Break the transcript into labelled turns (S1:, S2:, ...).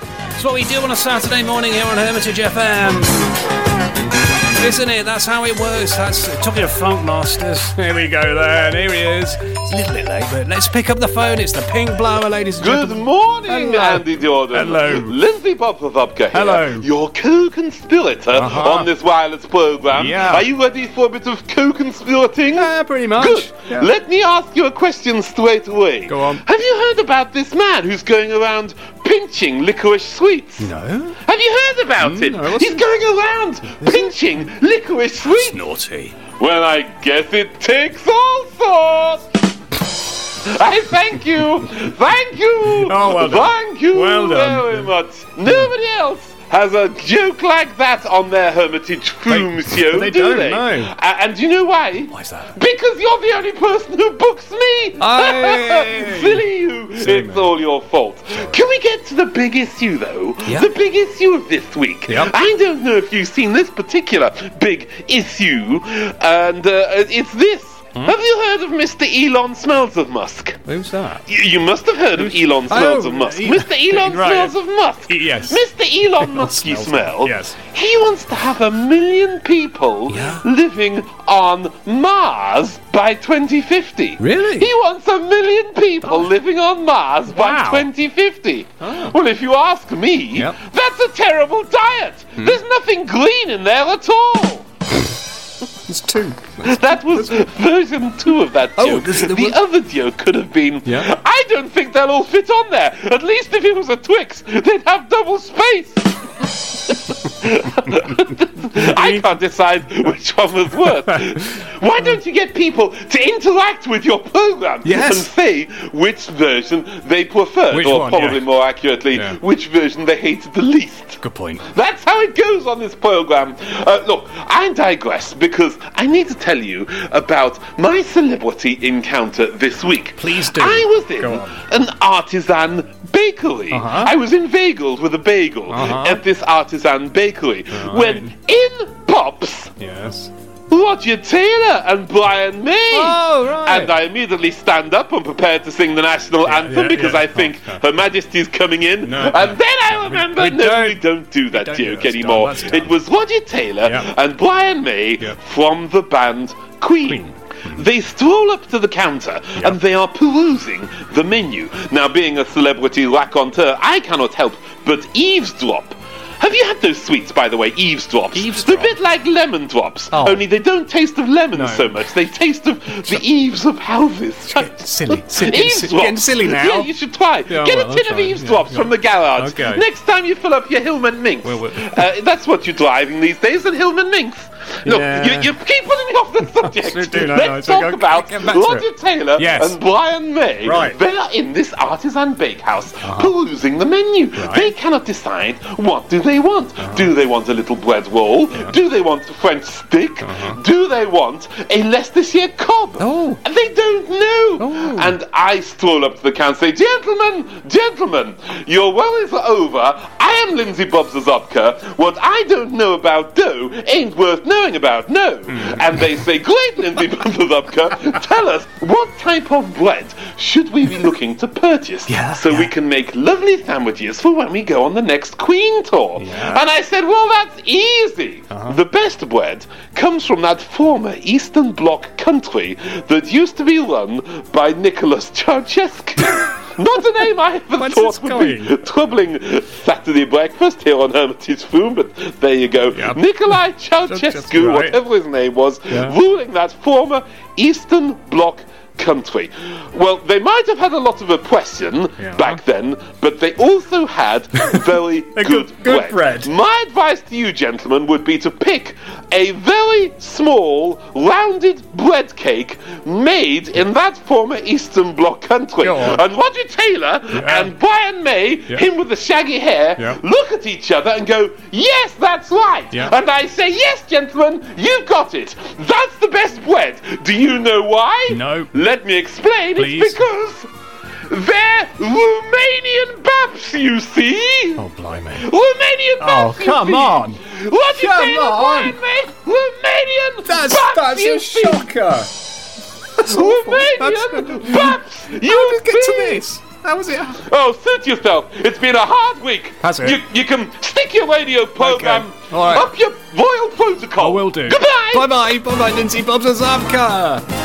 S1: That's what we do on a Saturday morning here on Hermitage FM. Isn't it? That's how it works. That's talking to Funk Masters. Here we go then. Here he is. It's a little bit late, but let's pick up the phone. It's the pink blower, ladies and
S2: Good
S1: gentlemen.
S2: morning,
S1: Hello.
S2: Andy Jordan.
S1: Hello.
S2: Lindsay Popsovka here.
S1: Hello.
S2: Your co-conspirator
S1: Uh-huh.
S2: on this wireless program.
S1: Yeah.
S2: Are you ready for a bit of co-conspirating?
S1: Yeah, pretty much.
S2: Good.
S1: Yeah.
S2: Let me ask you a question straight away.
S1: Go on.
S2: Have you heard about this man who's going around pinching licorice sweets?
S1: No? Mm,
S2: Have you heard about it?
S1: no, what's
S2: He's
S1: it?
S2: going around pinching licorice sweets.
S1: Naughty.
S2: Well, I guess it takes all sorts. I thank you, thank you,
S1: Oh, well done.
S2: thank you
S1: Well done.
S2: very much. Nobody else has a joke like that on their hermitage crew,
S1: They-
S2: monsieur,
S1: they
S2: do
S1: don't,
S2: they?
S1: no.
S2: A- and do you know why?
S1: Why's that?
S2: Because you're the only person who books me.
S1: Aye.
S2: Silly you!
S1: Silly
S2: it's
S1: man.
S2: all your fault. Can we get to the big issue, though?
S1: Yeah.
S2: The big issue of this week.
S1: Yeah.
S2: I don't know if you've seen this particular big issue, and uh, it's this. Have you heard of Mr. Elon Smells of Musk?
S1: Who's that?
S2: You, you must have heard of Elon Smells
S1: Oh,
S2: of Musk.
S1: E-
S2: Mr. Elon
S1: right.
S2: Smells of Musk.
S1: E- yes.
S2: Mr. Elon Musky
S1: Smells of-
S2: Smell.
S1: yes.
S2: He wants to have a million people
S1: Yeah.
S2: living on Mars by 2050.
S1: Really? Oh.
S2: He wants a million people living on Mars by
S1: Wow.
S2: 2050.
S1: Ah.
S2: Well, if you ask me,
S1: Yep. Hmm.
S2: that's a terrible diet. There's nothing green in there at all.
S1: It's two.
S2: That was version two of that
S1: Oh,
S2: joke.
S1: this-
S2: the
S1: there was-
S2: other joke could have been.
S1: Yeah.
S2: I don't think they'll all fit on there. At least if it was a Twix, they'd have double space. I can't decide which one was worse. Why don't you get people to interact with your program
S1: Yes.
S2: and say which version they preferred,
S1: Which
S2: or
S1: one, yeah.
S2: probably more accurately,
S1: Yeah.
S2: which version they hated the least?
S1: Good point.
S2: That's how it goes on this program. Uh, look, I digress because I need to tell you about my celebrity encounter this week.
S1: Please do.
S2: I was in
S1: Go on.
S2: an artisan bakery.
S1: Uh-huh.
S2: I was in Vagels with a bagel
S1: Uh-huh.
S2: at this artisan bakery when in pops
S1: Yes.
S2: Roger Taylor and Brian May.
S1: Oh, right.
S2: And I immediately stand up and prepare to sing the national anthem
S1: yeah,
S2: because
S1: yeah.
S2: I think
S1: Oh,
S2: Her Majesty's coming in.
S1: No,
S2: and
S1: no.
S2: then I remember,
S1: we
S2: no,
S1: don't-
S2: we don't do that
S1: don't do
S2: joke
S1: that. It's
S2: anymore.
S1: done. That's
S2: It
S1: done.
S2: was Roger Taylor
S1: Yeah.
S2: and Brian May
S1: Yeah.
S2: from the band Queen.
S1: Queen. Hmm.
S2: They stroll up to the counter and they are perusing the menu. Now, being a celebrity raconteur, I cannot help but eavesdrop. Have you had those sweets, by the way? Eavesdrops.
S1: Eavesdrop?
S2: They're a bit like lemon drops,
S1: Oh.
S2: only they don't taste of lemons
S1: No.
S2: so much. They taste of the eaves of houses.
S1: Silly. silly.
S2: Eavesdrops.
S1: Getting silly now.
S2: Yeah, you should try.
S1: Yeah,
S2: Get
S1: well,
S2: a
S1: I'll
S2: tin of
S1: try. Yeah,
S2: eavesdrops
S1: yeah.
S2: from the garage.
S1: Okay.
S2: Next time you fill up your Hillman Minx.
S1: Well, well-
S2: Uh, that's what you're driving these days, an Hillman Minx. Look,
S1: Yeah.
S2: you, you keep putting me off the subject.
S1: sure do. No, no,
S2: Let's
S1: it's okay.
S2: talk
S1: Go-
S2: about
S1: get back to
S2: Roger
S1: it.
S2: Taylor
S1: Yes.
S2: and Brian May.
S1: Right. Ah.
S2: They are in this artisan bakehouse perusing the menu.
S1: Right. Ah.
S2: They cannot decide what do they want. Do they want a little bread roll? Do they want a French stick? Do they want a Leicestershire cob?
S1: Uh-huh. Oh.
S2: And They don't know.
S1: Oh.
S2: And I stroll up to the counter and say, Gentlemen, gentlemen, your worries are over. I am Lindsay Bobzazopka. What I don't know about dough ain't worth knowing about, no. And they say, Great, Lindsay Bobzazopka, tell us what type of bread should we be looking to purchase
S1: Yeah,
S2: so we
S1: yeah.
S2: can make lovely sandwiches for when we go on the next Queen tour?
S1: Yeah. Uh-huh.
S2: And I said, Well, that's easy. The best bread comes from that former Eastern Bloc country that used to be run by Nicholas Ceausescu. Not a name I ever
S1: Where's
S2: thought
S1: this
S2: would be
S1: going?
S2: troubling Saturday breakfast here on Hermitage Room, but there you go.
S1: Yep.
S2: Nikolai
S1: Ceausescu,
S2: Ceausescu,
S1: right.
S2: whatever his name was,
S1: Yeah.
S2: ruling that former Eastern Bloc country. Well, they might have had a lot of oppression
S1: Yeah.
S2: back then, but they also had very
S1: A
S2: good,
S1: good- good bread.
S2: My advice to you, gentlemen, would be to pick a very small, rounded bread cake made in that former Eastern Bloc country.
S1: Go on.
S2: And Roger Taylor
S1: Yeah.
S2: and Brian May,
S1: Yeah.
S2: him with the shaggy hair,
S1: Yeah.
S2: look at each other and go, Yes, that's right.
S1: Yeah.
S2: And I say, Yes, gentlemen, you've got it. That's the best bread. Do you know why?
S1: No.
S2: Let me explain.
S1: Please.
S2: It's because. They're Romanian baps, you see?
S1: Oh, blimey.
S2: Romanian
S1: Oh,
S2: baps, you
S1: come
S2: see?
S1: on.
S2: What do you
S1: Come
S2: say to
S1: on.
S2: Brian May? Romanian
S1: That's,
S2: baps,
S1: that's
S2: you
S1: a
S2: see?
S1: shocker. That's awful.
S2: Romanian
S1: That's-
S2: baps, you
S1: How did we get to
S2: see?
S1: this? That was it.
S2: Oh, suit yourself. It's been a hard week.
S1: Has it?
S2: You, you can stick your radio program
S1: All right.
S2: up your royal protocol.
S1: I will do.
S2: Goodbye.
S1: Bye bye. Bye bye, Lindsay Bob's Zabka.